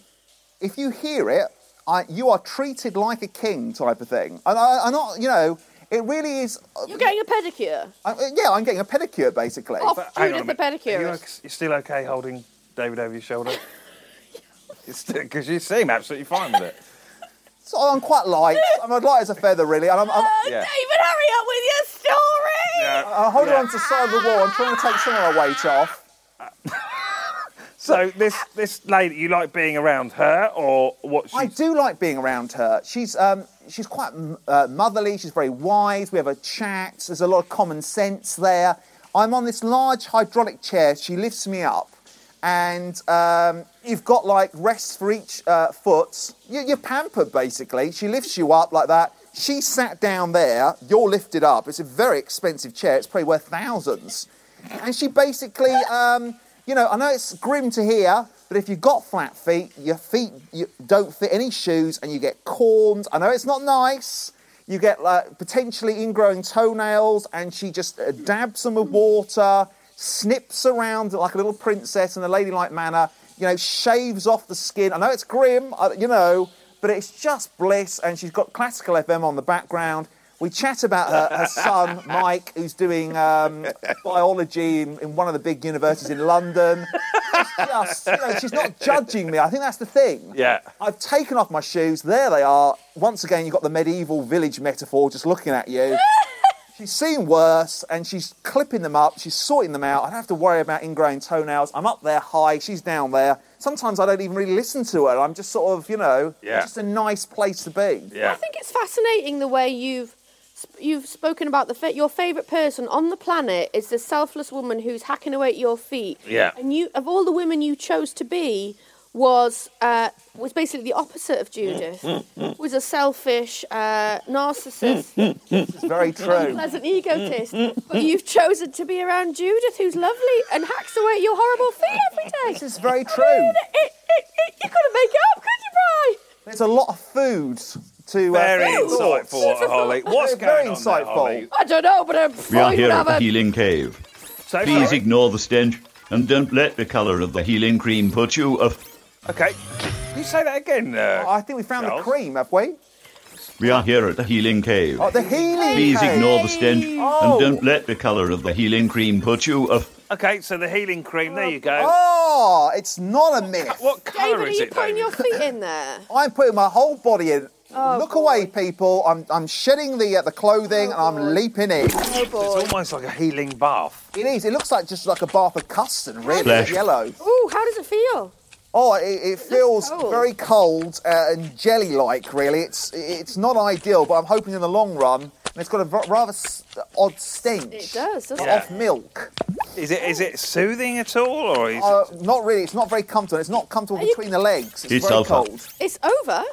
if you hear it, I, you are treated like a king, type of thing. And I, I'm not, you know, it really is. You're getting a pedicure. I, yeah, I'm getting a pedicure basically. Off Hang on Judith a the minute. Are you pedicurist. ok- You're still okay holding David over your shoulder? Because you seem absolutely fine with it. So I'm quite light. I'm as light as a feather, really. And I'm, I'm, Yeah. Uh, David, hurry up with your story. I'm holding Yeah. on to the side of the wall. I'm trying to take some of my weight off. So this this lady, you like being around her, or what? I She's, do like being around her. She's um, she's quite m- uh, motherly. She's very wise. We have a chat. There's a lot of common sense there. I'm on this large hydraulic chair. She lifts me up, and um, you've got like rests for each uh, foot. You- You're pampered basically. She lifts you up like that. She sat down there. You're lifted up. It's a very expensive chair. It's probably worth thousands. And she basically, um, you know, I know it's grim to hear, but if you've got flat feet, your feet you don't fit any shoes and you get corns. I know it's not nice. You get like potentially ingrowing toenails, and she just uh, dabs them with water, snips around like a little princess in a ladylike manner. You know, shaves off the skin. I know it's grim, uh, you know, but it's just bliss. And she's got classical FM on the background. We chat about her, her son, Mike, who's doing um, biology in, in one of the big universities in London. It's just, you know, she's not judging me. I think that's the thing. Yeah. I've taken off my shoes. There they are. Once again, you've got the medieval village metaphor just looking at you. she's seen worse and she's clipping them up. She's sorting them out. I don't have to worry about ingrowing toenails. I'm up there high. She's down there. Sometimes I don't even really listen to her. I'm just sort of, you know, it's Yeah. just a nice place to be. yeah. I think it's fascinating the way you've sp- you've spoken about the fa- your favorite person on the planet is this selfless woman who's hacking away at your feet. Yeah. And you of all the women you chose to be was uh, was basically the opposite of Judith. was a selfish uh, narcissist, It's very true. unpleasant egotist. but you've chosen to be around Judith, who's lovely and hacks away at your horrible feet every day. This is very true. It, it, it, you couldn't make it up, could you, Bri? There's a lot of food to. Uh, Very food insightful, thoughts. Holly. What's going Very on there, insightful. Holly? I don't know, but I'm We are fine here with at the having- Healing Cave. So Please sorry. ignore the stench and don't let the colour of the healing cream put you off. Okay. Can you say that again? Uh, I think we found Charles? the cream, have we? We are here at the healing cave. Oh, the healing. Please cave. ignore the stench Oh. and don't let the colour of the healing cream put you off. Okay, so the healing cream. There you go. Oh, it's not a myth. What colour David, are is you it? putting David? your feet in there? I'm putting my whole body in. Look Oh, boy. away, people. I'm, I'm shedding the uh, the clothing and I'm leaping in. Oh boy. It's almost like a healing bath. It is. It looks like just like a bath of custard, really. Flesh. Yellow. Ooh, how does it feel? Oh, it, it feels cold. very cold uh, and jelly-like. Really, it's it's not ideal, but I'm hoping in the long run. And it's got a v- rather s- odd stench. It does, doesn't Like Off it? milk. Is it is it soothing at all, or is Uh, not really. It's not very comfortable. It's not comfortable Are you- between the legs. It's, It's very sulfur. cold. It's over.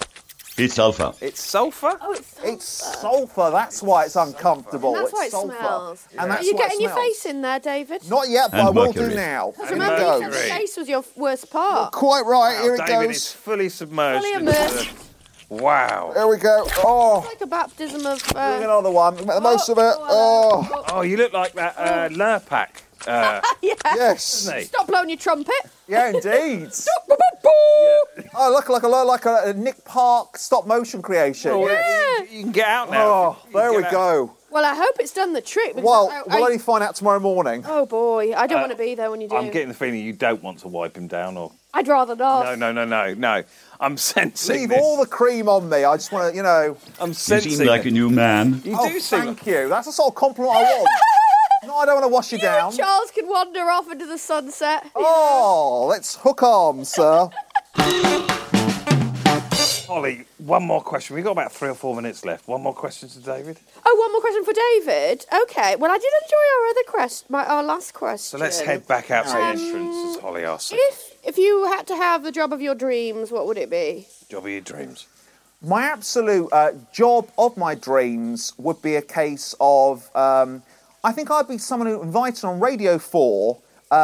It's sulfur. it, it's sulphur? Oh, it's. It's sulfur. That's why it's uncomfortable. that's it's why it sulfur. smells. And Are that's you why it getting your smells. face in there, David? Not yet, but And I will do mercury. now. Because Here it remember, you said the goes. mercury. face was your worst part. Quite right. Here it David is goes. fully submerged. Fully into immersed. the- Wow. Here we go. Oh, It's like a baptism of. bring Uh, another one. Make the most of it. oh, Oh, Oh, you look like that uh, Lurpak. Uh, Oh, yes. isn't he? stop blowing your trumpet. Yeah, indeed. I look like a lot like a, a Nick Park stop motion creation. Oh, Yes. you- You can get out now. Oh, You can there we get out. go. Well, I hope it's done the trick. because Well, I- I- we'll only find out tomorrow morning. Uh, Oh boy, I don't want to be there when you do. I'm getting the feeling you don't want to wipe him down, or I'd rather not. No, no, no, no, no. I'm sensing Leave this. all the cream on me. I just want to, you know. I'm You sensing seem like a it. new man. You oh, do seem. thank you. That's the sort of compliment I want. no, I don't want to wash you, You down. and Charles can wander off into the sunset. Oh, let's hook arms, sir. Ollie, one more question. We've got about three or four minutes left. One more question to David. Oh, one more question for David. Okay. Well, I did enjoy our other quest, my our last So question. let's head back out to Um, the entrance, as Holly asked. If if you had to have the job of your dreams, what would it be? Job of your dreams. My absolute uh, job of my dreams would be a case of um, I think I'd be someone who invited on Radio 4, uh,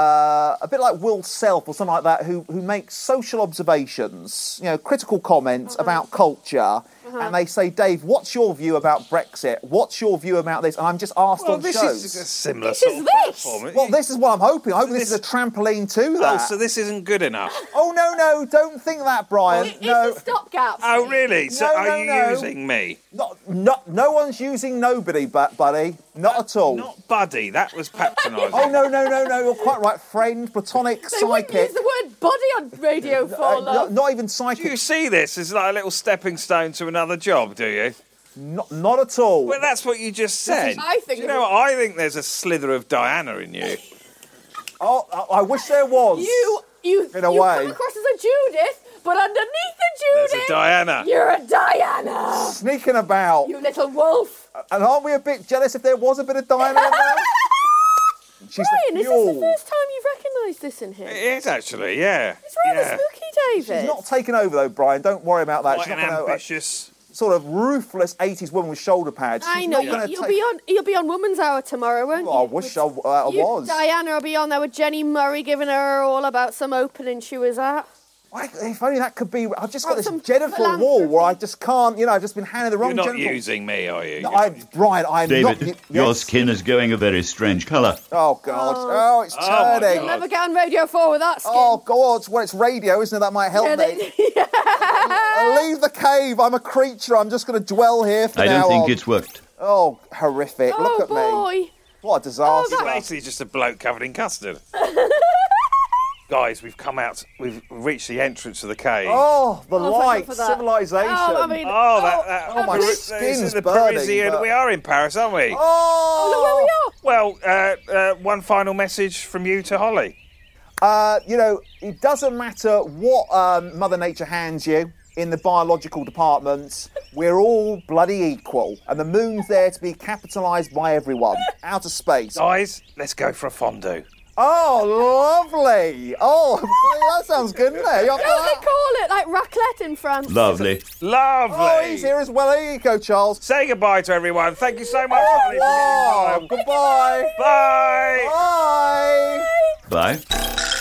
a bit like Will Self or something like that, who, who makes social observations, you know, critical comments Uh-huh. about culture. And they say, Dave, what's your view about Brexit? What's your view about this? And I'm just asked Well, on this shows. is a similar This sort is of this. platform. Well, this is what I'm hoping. I hope this, this- is a trampoline to Oh, that. so this isn't good enough. Oh, no, no, don't think that, Brian. It- no. It's a stopgap. Uh, Oh, really? So No, are no, you no. using me? Not, not, no one's using nobody, but buddy, not at all. Not buddy. That was patronising. Oh no, no, no, no! You're quite right. Friend, platonic, They wouldn't psychic. use the word body on Radio 4, Uh, love. not, not even Do you psychic. see this as like a little stepping stone to another job? Do you? Not, not at all. Well, that's what you just said. I think Do you know, what? I think there's a slither of Diana in you. Oh, I, I wish there was. You, you, In a you way. come across as a Judith, but underneath the There's a Judith, Diana. you're a Diana. sneaking about. You little wolf. And aren't we a bit jealous if there was a bit of Diana in there? She's Brian, the is this the mule. first time you've recognised this in It here? is actually, yeah. It's rather yeah. spooky, David. She's not taken over though, Brian. Don't worry about that. Like She's an Uh, not gonna, uh, ambitious. sort of ruthless '80s woman with shoulder pads. She's I know. Not gonna You, you'll take... be on. You'll be on Woman's Hour tomorrow, won't Oh, I you? wish With- I, uh, I you, was. Diana will be on there with Jenny Murray giving her all about some opening she was at. I, if only that could be. I've just Oh, got this some Jennifer Wall where I philanthropy. just can't. You know, I've just been handed the wrong You're not Jennifer. using me, are you? I, Brian, I'm David, not. your yes. skin is going a very strange colour. Oh God! Oh, it's my turning. God. You'll never get on Radio Four with that skin. Oh God! Well, it's radio, isn't it? That might help Yeah, me. they- Leave the cave. I'm a creature. I'm just going to dwell here for I now don't think on. it's worked. Oh, horrific! Look oh at me. boy. Oh, What a disaster! It's basically just a bloke covered in custard. Guys, we've come out. We've reached the entrance to the cave. oh, the Oh, thank God for lights, that. civilization. Oh, I mean, Oh, that, that, oh, my Pari- this skin's is the burning, Parisian. but- We are in Paris, aren't we? Oh! look where we are. Well, uh, uh, one final message from you to Holly. Uh, you know, it doesn't matter what um, Mother Nature hands you in the biological departments, we're all bloody equal. And the moon's there to be capitalised by everyone. Outer space. Guys, let's go for a fondue. Oh, lovely. Oh, that sounds good, doesn't it? You're up for Don't they that? call it like raclette in France? Lovely. Lovely. Oh, he's here as well. There you go, Charles. Say goodbye to everyone. Thank you so much, Holly. for your Oh, time. goodbye. Bye. Bye. Bye.